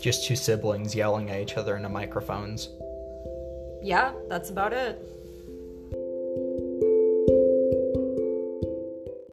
Just two siblings yelling at each other into microphones. Yeah, that's about it.